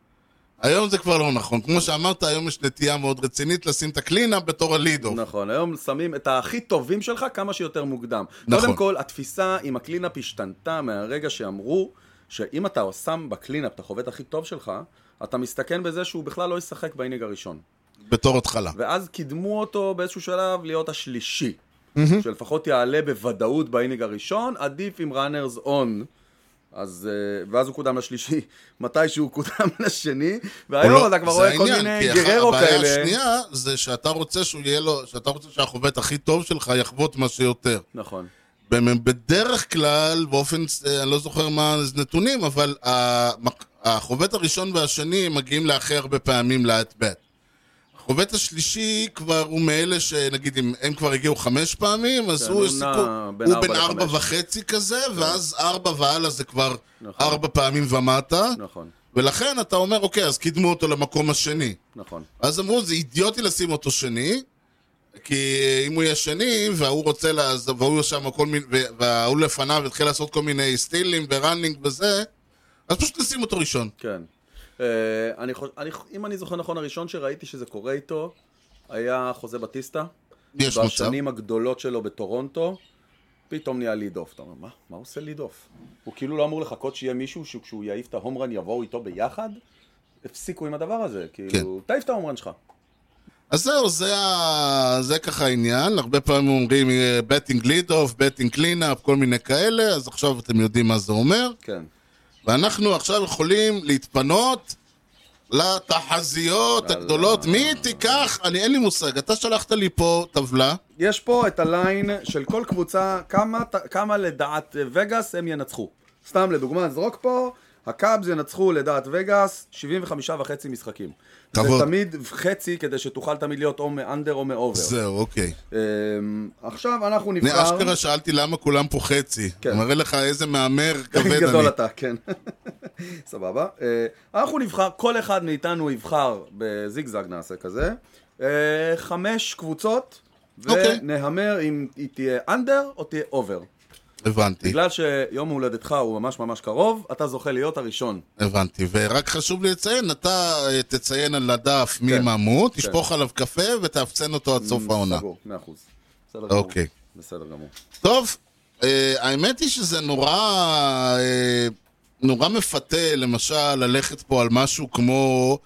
A: היום זה כבר לא נכון. כמו שאמרת, היום יש נטייה מאוד רצינית לשים את הקלינה בתור הלידו.
B: נכון, היום שמים את הכי טובים שלך כמה שיותר מוקדם.
A: נכון.
B: קודם כל, התפיסה עם הקלינאפ השתנתה מהרגע שאמרו שאם אתה שם בקלינאפ את החובט הכי טוב שלך, אתה מסתכן בזה שהוא בכלל לא ישחק באינינג הראשון.
A: בתור התחלה.
B: ואז קידמו אותו באיזשהו שלב להיות השלישי. שלפחות יעלה בוודאות באינינג הראשון, עדיף עם ראנרס און. אז, אה, ואז הוא קודם לשלישי, מתי שהוא קודם לשני, והיום
A: או לא,
B: אתה כבר
A: זה
B: רואה כל
A: העניין,
B: מיני
A: כי הח-
B: גררו
A: הבעיה
B: כאלה.
A: השנייה זה שאתה רוצה שהוא יהיה לו, שאתה רוצה שהחובט הכי טוב שלך יחבוט מה שיותר.
B: נכון.
A: במ- בדרך כלל, באופן, אה, אני לא זוכר מה הנתונים, אבל המק- החובט הראשון והשני מגיעים להכי הרבה פעמים לאט בט. החובט השלישי כבר הוא מאלה שנגיד אם הם כבר הגיעו חמש פעמים, אז
B: כן,
A: הוא
B: הוא
A: יש
B: נע
A: סיכוי,
B: בין
A: הוא
B: ארבע
A: בין ארבע
B: לחמש.
A: וחצי כזה, ואז ארבע והלאה זה כבר
B: נכון.
A: ארבע פעמים ומטה,
B: נכון,
A: ולכן אתה אומר אוקיי, אז קידמו אותו למקום השני.
B: נכון.
A: אז אמרו, זה אידיוטי לשים אותו שני, כי אם הוא יהיה שני, וההוא רוצה, לה, אז- והוא שם כל מיני, ו- וההוא לפניו התחיל לעשות כל מיני סטילים וראנינג וזה, אז פשוט נשים אותו ראשון.
B: כן. Uh, אני חוש... אני... אם אני זוכר נכון, הראשון שראיתי שזה קורה איתו היה חוזה בטיסטה.
A: יש מצב.
B: בשנים הגדולות שלו בטורונטו, פתאום נהיה ליד אוף. אתה אומר, מה? מה הוא עושה ליד אוף? הוא כאילו לא אמור לחכות שיהיה מישהו שכשהוא יעיף את
A: כן.
B: ההומרן יבואו איתו ביחד? הפסיקו עם הדבר הזה, כאילו, תעיף את ההומרן שלך.
A: אז זהו, זה, ה... זה ככה העניין. הרבה פעמים אומרים בטינג ליד אוף, בטינג קלינאפ, כל מיני כאלה, אז עכשיו אתם יודעים מה זה אומר.
B: כן.
A: ואנחנו עכשיו יכולים להתפנות לתחזיות
B: יאללה.
A: הגדולות. מי תיקח? אני אין לי מושג. אתה שלחת לי פה טבלה.
B: יש פה את הליין של כל קבוצה, כמה, ת- כמה לדעת אה, וגאס הם ינצחו. סתם לדוגמה, נזרוק פה, הקאבס ינצחו לדעת וגאס 75 וחצי משחקים.
A: כבוד.
B: זה תמיד חצי כדי שתוכל תמיד להיות או מאנדר או מאובר.
A: זהו, אוקיי.
B: אמ, עכשיו אנחנו
A: אני
B: נבחר...
A: אשכרה שאלתי למה כולם פה חצי.
B: כן.
A: מראה לך איזה מהמר כבד אני.
B: גדול אתה, כן. סבבה. אה, אנחנו נבחר, כל אחד מאיתנו יבחר בזיגזג נעשה כזה, אה, חמש קבוצות,
A: אוקיי.
B: ונהמר אם היא תהיה אנדר או תהיה אובר.
A: הבנתי,
B: בגלל שיום הולדתך הוא ממש ממש קרוב, אתה זוכה להיות הראשון.
A: הבנתי. ורק חשוב לי לציין, אתה אה, תציין על הדף מי
B: כן.
A: מה מו, תשפוך עליו קפה ותאפסן אותו עד סוף העונה.
B: סגור, מאה אחוז. בסדר גמור.
A: אוקיי.
B: בסדר גמור.
A: טוב, אה, האמת היא שזה נורא... אה, נורא מפתה, למשל, ללכת פה על משהו כמו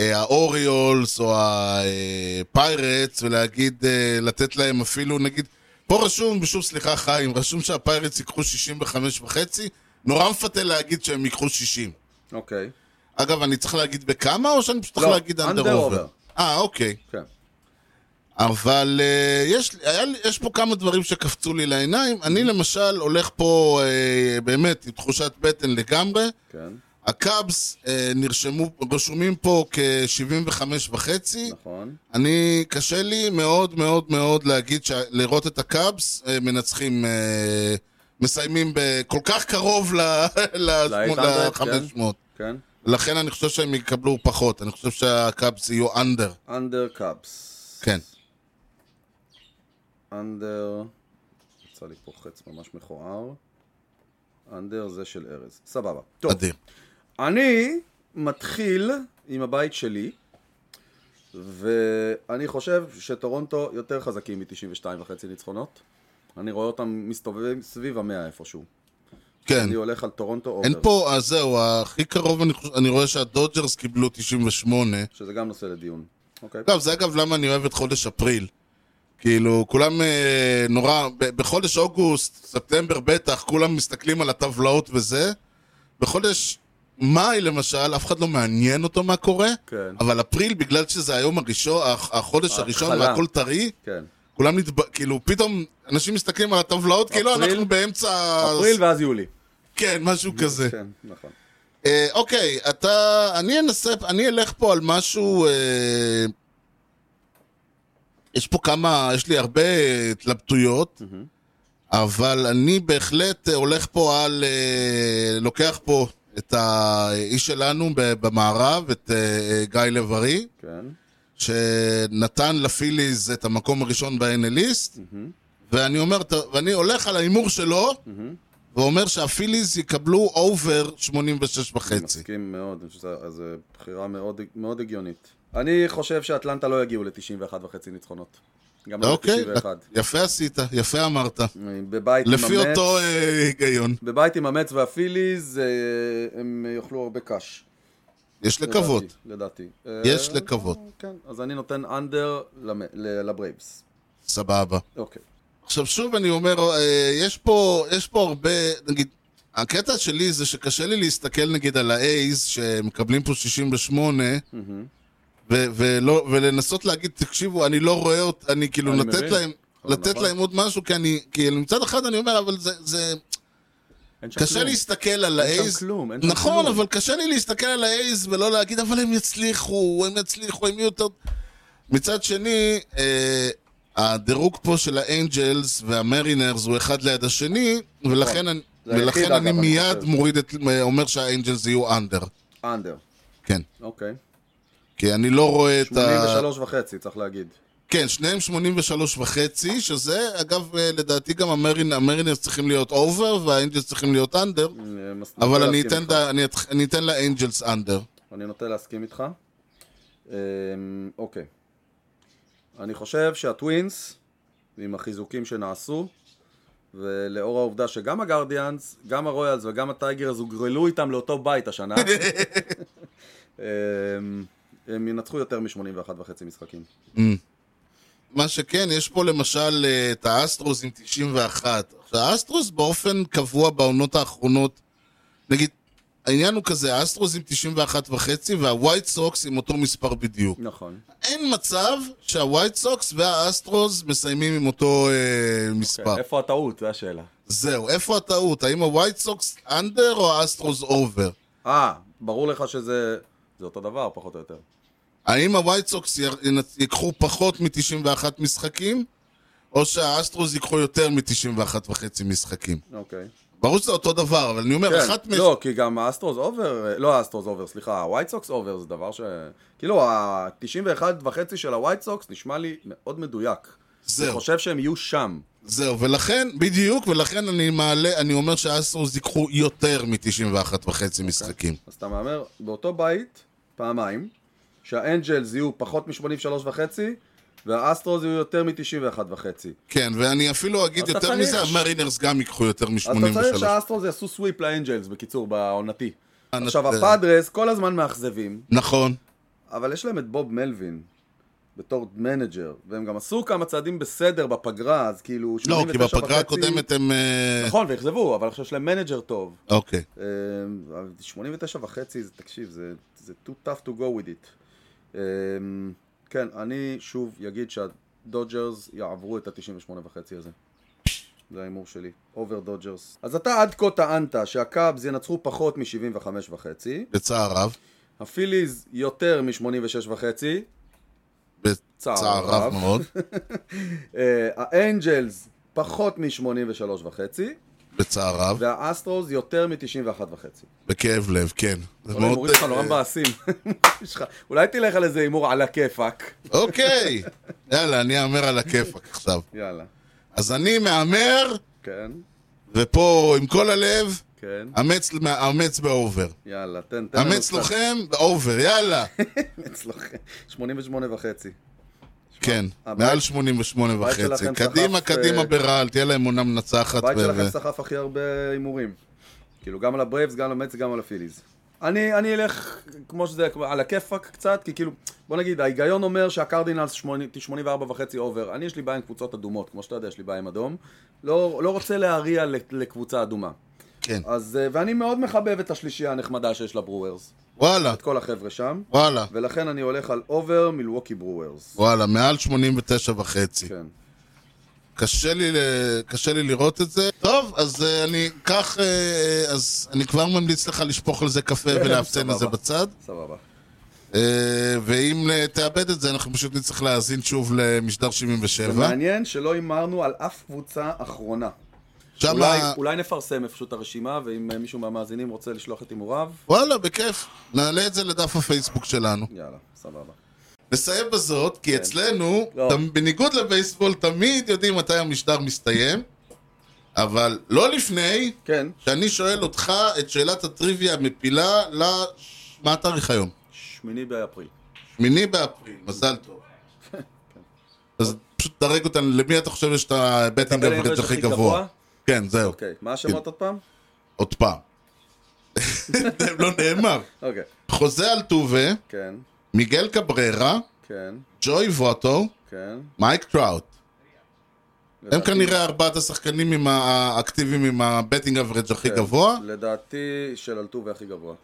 A: אה, האוריולס או הפיירטס ולהגיד, אה, לתת להם אפילו, נגיד, פה רשום, שוב סליחה חיים, רשום שהפיירטס ייקחו 65 וחצי, נורא מפתה להגיד שהם ייקחו 60.
B: אוקיי,
A: אגב, אני צריך להגיד בכמה, או שאני פשוט צריך
B: לא,
A: להגיד אנדר
B: under
A: אובר?
B: over.
A: אה, אוקיי.
B: כן.
A: אבל uh, יש, לי- היה, לי- יש פה כמה דברים שקפצו לי לעיניים. אני למשל הולך פה uh, באמת עם תחושת בטן לגמרי.
B: כן,
A: הקאבס uh, נרשמו, רשומים פה כ-75 וחצי.
B: נכון.
A: אני, קשה לי מאוד מאוד מאוד להגיד, ש... לראות את הקאבס uh, מנצחים, uh, מסיימים ב- כל כך קרוב
B: ל-800, כן.
A: ל-500.
B: כן.
A: לכן אני חושב שהם יקבלו פחות, אני חושב שהקאבס יהיו אנדר.
B: אנדר קאפס.
A: כן.
B: אנדר... יצא לי פה חץ ממש מכוער. אנדר זה של ארז. סבבה. טוב.
A: אדיר.
B: אני מתחיל עם הבית שלי, ואני חושב שטורונטו יותר חזקים מ-92.5 ניצחונות. אני רואה אותם מסתובבים סביב המאה איפשהו.
A: כן.
B: אני הולך על טורונטו אובר,
A: אין פה, אז זהו, הכי קרוב אני, חושב, אני רואה שהדודג'רס קיבלו 98.
B: שזה גם נושא לדיון. אוקיי?
A: אגב, זה אגב למה אני אוהב את חודש אפריל. כאילו, כולם אה, נורא, ב- בחודש אוגוסט, ספטמבר בטח, כולם מסתכלים על הטבלאות וזה. בחודש מאי למשל, אף אחד לא מעניין אותו מה קורה.
B: כן.
A: אבל אפריל, בגלל שזה היום הראשון, הח- החודש הראשון
B: ההתחלה.
A: והכל טרי,
B: כן.
A: כולם נדב... כאילו, פתאום אנשים מסתכלים על הטבלאות, כאילו
B: אפריל-
A: אנחנו באמצע...
B: אפריל ואז יולי.
A: כן, משהו כזה.
B: כן, נכון.
A: אה, אוקיי, אתה... אני אנסה... אני אלך פה על משהו... אה, יש פה כמה... יש לי הרבה אה, התלבטויות, אבל אני בהחלט אה, הולך פה על... אה, לוקח פה את האיש שלנו ב- במערב, את אה, גיא לב-ארי,
B: כן.
A: שנתן לפיליז את המקום הראשון ב-NLיסט, ואני אומר... ת- ואני הולך על ההימור שלו, ואומר שהפיליז יקבלו אובר 86 וחצי.
B: מסכים מאוד, אני חושב שזה- אז זו בחירה מאוד, מאוד הגיונית. אני חושב שאטלנטה לא יגיעו ל-91 וחצי ניצחונות. גם לא
A: אוקיי,
B: ל-91.
A: יפה עשית, יפה אמרת.
B: בבית עם
A: לפי
B: המץ-
A: אותו אה, היגיון.
B: בבית עם המץ והפיליז, אה, הם יאכלו הרבה קש.
A: יש
B: לדעתי,
A: לקוות.
B: לדעתי. אה,
A: יש לקוות.
B: כן, אז אני נותן אנדר למ- ל- לברייבס.
A: סבבה.
B: אוקיי.
A: עכשיו שוב אני אומר, אה, יש פה, יש פה הרבה, נגיד, הקטע שלי זה שקשה לי להסתכל נגיד על האייז, שמקבלים פה 68, ו- ולא, ולנסות להגיד, תקשיבו, אני לא רואה אות... אני כאילו
B: אני
A: לתת
B: מבין.
A: להם,
B: אבל
A: לתת
B: נכון.
A: להם עוד משהו, כי אני, כאילו מצד אחד אני אומר, אבל זה, זה,
B: אין שם
A: קשה
B: כלום.
A: להסתכל על
B: אין שם
A: האייז.
B: כלום, אין שם
A: נכון,
B: כלום.
A: אבל קשה לי להסתכל על האייז ולא להגיד, אבל הם יצליחו, הם יצליחו, הם יהיו יותר... מצד שני, אה, הדירוג פה של האנג'לס והמרינרס הוא אחד ליד השני, ולכן אני-
B: נכון. זה היחיד,
A: ולכן
B: אגב,
A: אני
B: אני
A: מיד
B: חושב.
A: מוריד את... אומר שהאנג'לס יהיו אנדר.
B: אנדר,
A: כן.
B: אוקיי.
A: כי אני לא רואה את ה...
B: 83 וחצי, צריך להגיד.
A: כן, שניהם 83 וחצי, שזה, אגב, אה, לדעתי גם המרינ- המרינרס צריכים להיות אובר והאנג'לס צריכים להיות אנדר,
B: אה, מס-
A: אבל
B: נוטה
A: אני
B: להסכים
A: אתן
B: איתך.
A: לה- אני אתח- אני אתן לאנג'לס אנדר.
B: אני נוטה להסכים איתך. אמ, אוקיי. אני חושב שהטווינס, עם החיזוקים שנעשו, ולאור העובדה שגם הגרדיאנס, גם הרויאלס וגם הטייגרס הוגרלו איתם לאותו בית השנה. אמ, הם ינצחו יותר מ-81 וחצי משחקים.
A: מה שכן, יש פה למשל אה, את האסטרוס עם 91. עכשיו, האסטרוס באופן קבוע בעונות האחרונות, נגיד, העניין הוא כזה, האסטרוס עם 91 וחצי והווייט סוקס עם אותו מספר בדיוק.
B: נכון.
A: אין מצב שהווייט סוקס והאסטרוס מסיימים עם אותו אה, מספר.
B: כן, איפה הטעות? זו השאלה.
A: זהו, איפה הטעות? האם הווייט סוקס אנדר או האסטרוס אובר?
B: אה, ברור לך שזה... זה אותו דבר, פחות או יותר.
A: האם הווייט סוקס יר- ינצ- ייקחו פחות מ-91 משחקים, או שהאסטרוס ייקחו יותר מ-91 וחצי משחקים?
B: אוקיי.
A: ברור שזה אותו דבר, אבל אני אומר,
B: כן,
A: אחת מ...
B: לא, כי גם האסטרוס אובר, לא האסטרוס אובר, סליחה, הווייט סוקס אובר זה דבר ש... כאילו, ה-91 וחצי של הווייט סוקס נשמע לי מאוד מדויק. אני
A: זהו,
B: חושב שהם יהיו שם.
A: זהו, ולכן, בדיוק, ולכן אני מעלה, אני אומר שהאסטרוס ייקחו יותר מ-91 וחצי משחקים.
B: אז אתה מהמר, באותו בית, פעמיים, שהאנג'לס יהיו פחות מ-83 וחצי, והאסטרוס יהיו יותר מ-91 וחצי.
A: כן, ואני אפילו אגיד
B: אתה
A: יותר
B: צריך-
A: מזה, המרינרס גם ייקחו יותר
B: אז אתה צריך
A: מ-83.
B: שהאסטרוס יעשו סוויפ לאנג'לס, בקיצור, בעונתי.
A: אני-
B: עכשיו, הפאדרס כל הזמן מאכזבים,
A: נכון,
B: אבל יש להם את בוב מלווין. בתור מנג'ר, והם גם עשו כמה צעדים בסדר בפגרה, אז כאילו...
A: לא, כי
B: 89
A: בפגרה
B: וחצי-
A: הקודמת הם... אה,
B: נכון, ואכזבו, אבל עכשיו יש להם מנג'ר טוב.
A: אוקיי.
B: אה, 89 וחצי, זה- תקשיב, זה, זה too tough to go with it. אה, כן, אני שוב אגיד שהדודג'רס יעברו את ה-98 וחצי הזה. זה ההימור שלי, אובר דודג'רס. אז אתה עד כה טענת שהקאבס ינצחו פחות מ-75 וחצי,
A: בצער רב.
B: הפיליז יותר מ-86 וחצי,
A: בצער רב
B: רב.
A: מאוד.
B: אה, האנג'לס פחות מ-83 וחצי,
A: בצער רב.
B: והאסטרוס יותר מ-91 וחצי.
A: בכאב לב, כן. זה
B: כל ההימורים שלך נורא
A: אה,
B: מבאסים. יש לך- אולי תלך על איזה הימור על הכיפאק.
A: אוקיי. יאללה, אני אאמר על הכיפאק עכשיו.
B: יאללה.
A: אז אני מהמר,
B: כן,
A: ופה עם כל הלב,
B: כן.
A: אמץ, אמץ באובר.
B: יאללה, תן, תן. לנו
A: אמץ
B: קצת.
A: לוחם באובר, יאללה.
B: אמץ לוחם. 88 וחצי.
A: כן,
B: הבית-
A: מעל 88
B: הבית
A: וחצי.
B: שלכם
A: קדימה,
B: סחף, אה,
A: קדימה ברעל, תהיה להם עונה מנצחת.
B: הבית
A: ו-
B: שלכם
A: ו-
B: סחף הכי הרבה הימורים. כאילו, גם על הברייבס, גם על המץ, גם על הפיליז. אני, אני אלך, כמו שזה, כמו- על הכיפאק קצת, כי כאילו, בוא נגיד, ההיגיון אומר שהקרדינלס 80 94 וחצי אובר. אני, יש לי בעיה עם קבוצות אדומות, כמו שאתה יודע, יש לי בעיה עם אדום. לא, לא רוצה להריע לק- לקבוצה אדומה.
A: כן.
B: אז, אה, ואני מאוד מחבב את השלישייה הנחמדה שיש לברוורס.
A: וואלה,
B: את כל החבר'ה שם,
A: וואלה,
B: ולכן אני הולך על אובר מילווקי ברוורס.
A: וואלה, מעל 89 וחצי.
B: כן.
A: קשה לי, ל- קשה לי לראות את זה. טוב, אז אה, אני כך, אה, אז אני כבר ממליץ לך לשפוך על זה קפה ולאפסן את זה
B: כן, סבבה.
A: בצד.
B: סבבה.
A: אה, ואם אה, תאבד את זה, אנחנו פשוט נצטרך להאזין שוב למשדר 77.
B: מעניין שלא הימרנו על אף קבוצה אחרונה.
A: שם,
B: אולי, אולי נפרסם איפשהו את הרשימה, ואם אה, מישהו מהמאזינים רוצה לשלוח את הימוריו,
A: וואלה, בכיף. נעלה את זה לדף הפייסבוק שלנו.
B: יאללה, סבבה.
A: נסיים בזאת, כי אצלנו,
B: לא.
A: תמ- בניגוד לבייסבול, תמיד יודעים מתי המשדר מסתיים, אבל לא לפני
B: כן,
A: שאני שואל אותך את שאלת הטריוויה המפילה ל... מה התאריך היום?
B: שמיני באפריל.
A: שמיני באפריל, מזל טוב. אז פשוט דרג אותנו, למי אתה חושב יש את הבטינג אברג' הכי גבוה? כן, זהו,
B: אוקיי, מה השמות עוד פעם?
A: עוד פעם. זה לא נאמר.
B: אוקיי.
A: חוזה אלטובה,
B: כן,
A: מיגל קבררה,
B: כן,
A: ג'וי ווטו,
B: כן.
A: מייק טראוט. הם
B: לדעתי-
A: כנראה ארבעת השחקנים עם האקטיביים עם הבטינג אברג' הכי
B: כן.
A: גבוה.
B: לדעתי של אלטובה הכי גבוה.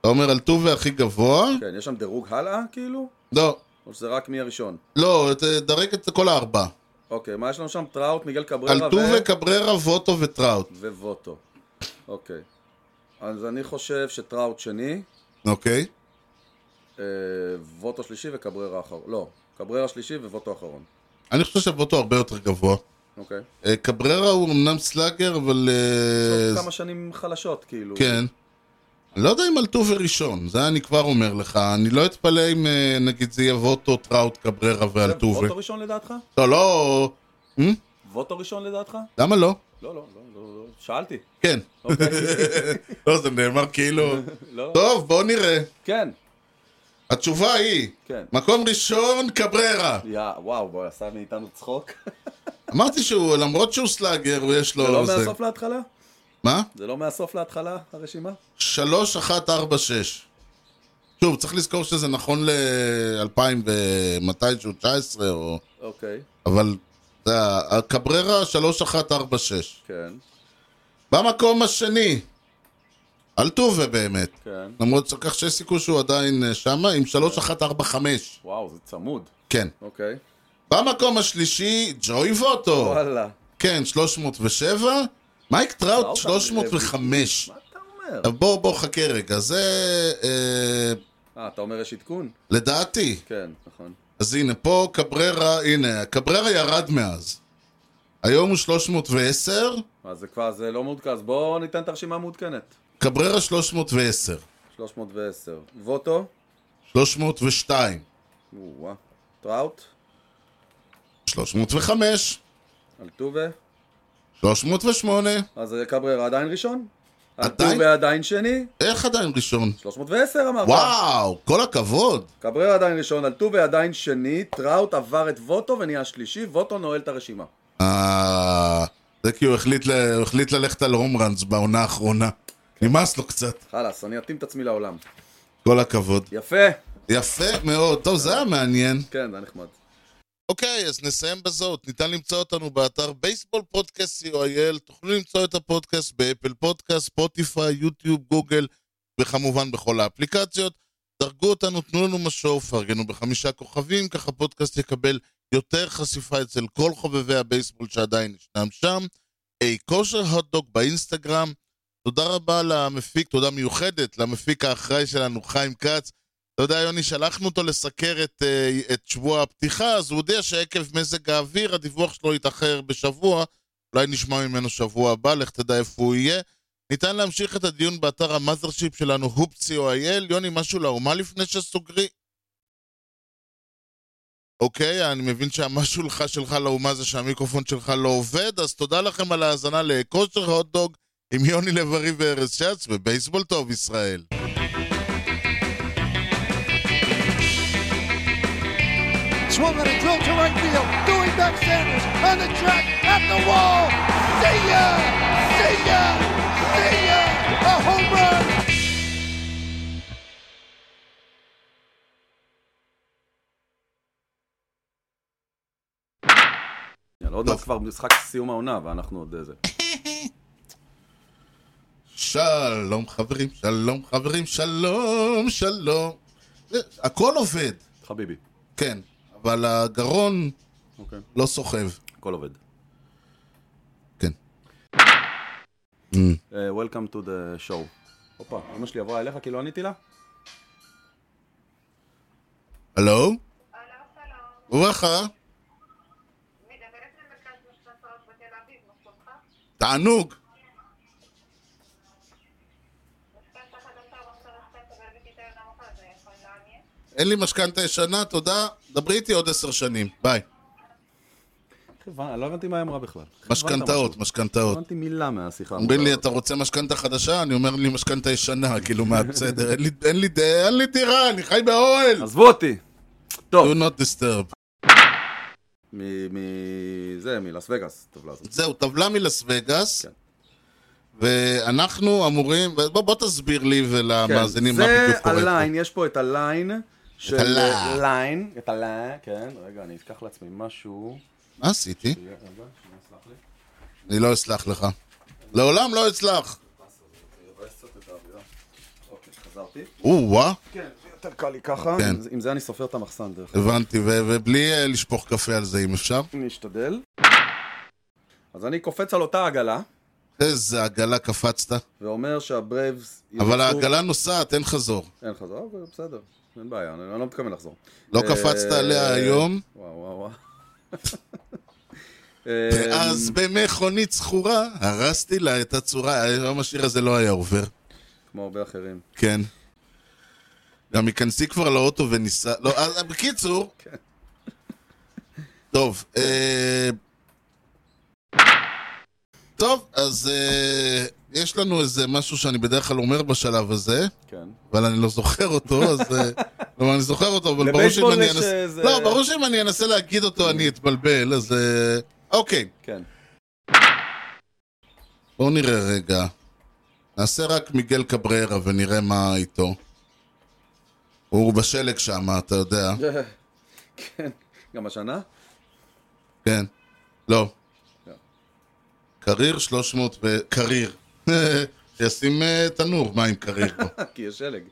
A: אתה אומר אלטובה הכי גבוה?
B: כן, יש שם דירוג הלאה, כאילו?
A: לא.
B: או שזה רק מי הראשון?
A: לא, ת- דרג את כל הארבעה.
B: אוקיי, מה יש לנו שם? טראוט, מיגל קבררה לא, ו...
A: אלטובה, קבררה, ווטו וטראוט.
B: ווטו. אוקיי. אז אני חושב שטראוט שני,
A: אוקיי?
B: אה, ווטו שלישי וקבררה אחרון. לא, קבררה שלישי ווטו אחרון.
A: אני חושב שווטו הרבה יותר גבוה.
B: אוקיי.
A: אה, קבררה הוא אמנם סלאגר, אבל... אה,
B: כמה שנים חלשות, כאילו.
A: כן. אני לא יודע אם אלטובה ראשון, זה אני כבר אומר לך. אני לא אתפלא אם אה, נגיד זה יהיה ווטו, טראוט, קבררה
B: זה
A: ואלטובה.
B: ווטו ראשון כן, לדעתך?
A: לא, לא... אה?
B: ווטו ראשון לדעתך?
A: למה לא?
B: לא, לא, לא, לא, לא. שאלתי.
A: כן.
B: אוקיי.
A: לא, זה נאמר כאילו...
B: לא.
A: טוב, בואו נראה.
B: כן.
A: התשובה היא,
B: כן.
A: מקום ראשון, קבררה.
B: יא, וואו, בוא, עשה מאיתנו צחוק.
A: לא, אמרתי שהוא, למרות שהוא סלאגר, יש
B: זה לא
A: לו...
B: מהסוף להתחלה?
A: מה?
B: זה לא מהסוף להתחלה, הרשימה?
A: 3146. שוב, צריך לזכור שזה נכון ל-2219 או...
B: אוקיי,
A: אבל זה ה- הקבררה 3146.
B: כן,
A: במקום השני, אלטובה באמת.
B: כן.
A: למרות שכך שיש סיכוי שהוא עדיין אה, שמה, עם 3145.
B: וואו, זה צמוד.
A: כן.
B: אוקיי.
A: במקום השלישי, ג'וי ווטו.
B: וואלה.
A: כן, 307. מייק טראוט,
B: טראוט,
A: 305.
B: מה אתה אומר?
A: עכשיו, בוא, בוא, חכה רגע. זה... אה,
B: אה, אתה אומר יש עדכון?
A: לדעתי.
B: כן, נכון.
A: אז הנה, פה קבררה, הנה, קבררה ירד מאז. היום הוא 310,
B: אז זה כבר, זה לא מעודכן, אז בואו ניתן את הרשימה המעודכנת.
A: קבררה 310,
B: 310. ווטו?
A: 302,
B: וואו. טראוט?
A: 305,
B: אלטובה?
A: 308,
B: אז קבררה עדיין ראשון?
A: עדיין?
B: אלטובה עדיין שני?
A: איך עדיין ראשון?
B: 310 אמרת.
A: וואו, כל הכבוד.
B: קבררה עדיין ראשון, אלטובה עדיין שני, טראוט עבר את ווטו ונהיה שלישי, ווטו נועל את הרשימה.
A: אה, זה כי הוא החליט, ל... הוא החליט ללכת על הום ראנס בעונה האחרונה. נמאס לו קצת,
B: חלאס, אני אתאים את עצמי לעולם.
A: כל הכבוד.
B: יפה!
A: יפה מאוד, טוב, זה היה מעניין.
B: כן, זה היה נחמד.
A: אוקיי, אז נסיים בזאת. ניתן למצוא אותנו באתר בייסבול פודקאסט co.il. תוכלו למצוא את הפודקאסט באפל פודקאסט, ספוטיפיי, יוטיוב, גוגל, וכמובן בכל האפליקציות. דרגו אותנו, תנו לנו משוב, פרגנו בחמישה כוכבים, ככה הפודקאסט יקבל יותר חשיפה אצל כל חובבי הבייסבול שעדיין ישנם שם. אי כושר הוטדוג באינסטגרם. תודה רבה למפיק, תודה מיוחדת למפיק האחראי שלנו, חיים כץ. אתה יודע, יוני, שלחנו אותו לסקר את, אה, את שבוע הפתיחה, אז הוא הודיע שעקב מזג האוויר הדיווח שלו יתאחר בשבוע, אולי נשמע ממנו שבוע הבא, לך תדע איפה הוא יהיה. ניתן להמשיך את הדיון באתר המאזרשיפ שלנו, hoopco.il. יוני, משהו לאומה לפני שסוגרי? אוקיי, אני מבין שהמשהו לך שלך לאומה זה שהמיקרופון שלך לא עובד, אז תודה לכם על ההאזנה לכושר הוטדוג עם יוני לב-ארי וארז שץ בבייסבול טוב ישראל.
F: Swung on a drill to right field. Doing back Sanders on the track at the wall. See ya! See ya! See ya! A home run!
B: יאללה, עוד מעט כבר משחק סיום העונה, ואנחנו עוד אה, זה.
A: שלום חברים, שלום חברים, שלום, שלום. זה- הכל עובד,
B: חביבי.
A: כן, אבל הגרון
B: אוקיי.
A: לא סוחב.
B: הכל עובד.
A: כן. Mm.
B: אה, Welcome to the show. הופה, אמא שלי עברה אליך כי לא עניתי לה?
A: הלו? וברכה, תענוג. אין לי משכנתה ישנה, תודה. דברי איתי עוד עשר שנים, ביי.
B: איך הבנ- אני לא הבנתי מה היא אמרה בכלל. איך הבנת
A: משכנתאות,
B: משהו? לא
A: משכנתאות.
B: הבנתי מילה מהשיחה.
A: אומרים לי, אתה רוצה משכנתה חדשה? אני אומר לי, משכנתה ישנה, כאילו, מה, בסדר, אין לי- אין לי ד- אין לי דירה, אני חי באוהל.
B: עזבו אותי! טוב,
A: Do not disturb.
B: מ- מ- זה, מלאס וגאס, טבלה הזאת.
A: זהו, טבלה מלס וגאס,
B: כן.
A: ואנחנו אמורים, בוא, בוא תסביר לי ולמאזינים מה
B: כן, זה
A: בדיוק קורה
B: הליין, יש פה את הליין. של אה,
A: הליין.
B: ליין, את הליין, כן, רגע, אני אקח לעצמי משהו.
A: פה. מה עשיתי?
B: רגע, שנייה, סלח לי.
A: אני לא אסלח לך. לעולם לא אצלח.
B: יבאס קצת את האווירה. אוקיי, חזרתי.
A: או-אה,
B: כן, זה יותר קל לי ככה.
A: כן.
B: עם זה אני סופר את המחסן דרך אגב.
A: הבנתי, ו- ובלי אה, לשפוך קפה על זה אם אפשר.
B: אני אשתדל. אז אני קופץ על אותה עגלה,
A: איזה עגלה קפצת.
B: ואומר שהברייבס...
A: אבל
B: ירצו-
A: העגלה נוסעת, אין חזור.
B: אין חזור, אבל בסדר, אין בעיה, אני אני לא מתכוון לחזור.
A: לא
B: אה,
A: קפצת עליה היום,
B: וואו וואו וואו.
A: ואז
B: אמ.
A: במכונית זכורה הרסתי לה את הצורה. היום השיר הזה לא היה עובר.
B: אמ, כמו הרבה אחרים.
A: כן. גם היכנסי כבר לאוטו וניסע... לא, אז בקיצור...
B: כן.
A: טוב, אה... טוב, אז אה, יש לנו איזה משהו שאני בדרך כלל אומר בשלב הזה,
B: כן.
A: אבל אני לא זוכר אותו, אז... אה, כלומר, אני זוכר אותו, אבל ברור שאם
B: לבייסבול
A: אני
B: יש, אה,
A: אנסה...
B: זה-
A: לא, ברור שאם אני אנסה להגיד אותו אני אתבלבל, אז... אה, אוקיי,
B: כן.
A: בואו נראה רגע. נעשה רק מיגל קבררה ונראה מה איתו. הוא בשלג שם, אתה יודע.
B: כן, גם השנה?
A: כן. לא. קריר 300 ו... קריר. שישים אה, תנור, מה עם קריר פה?
B: כי יש שלג.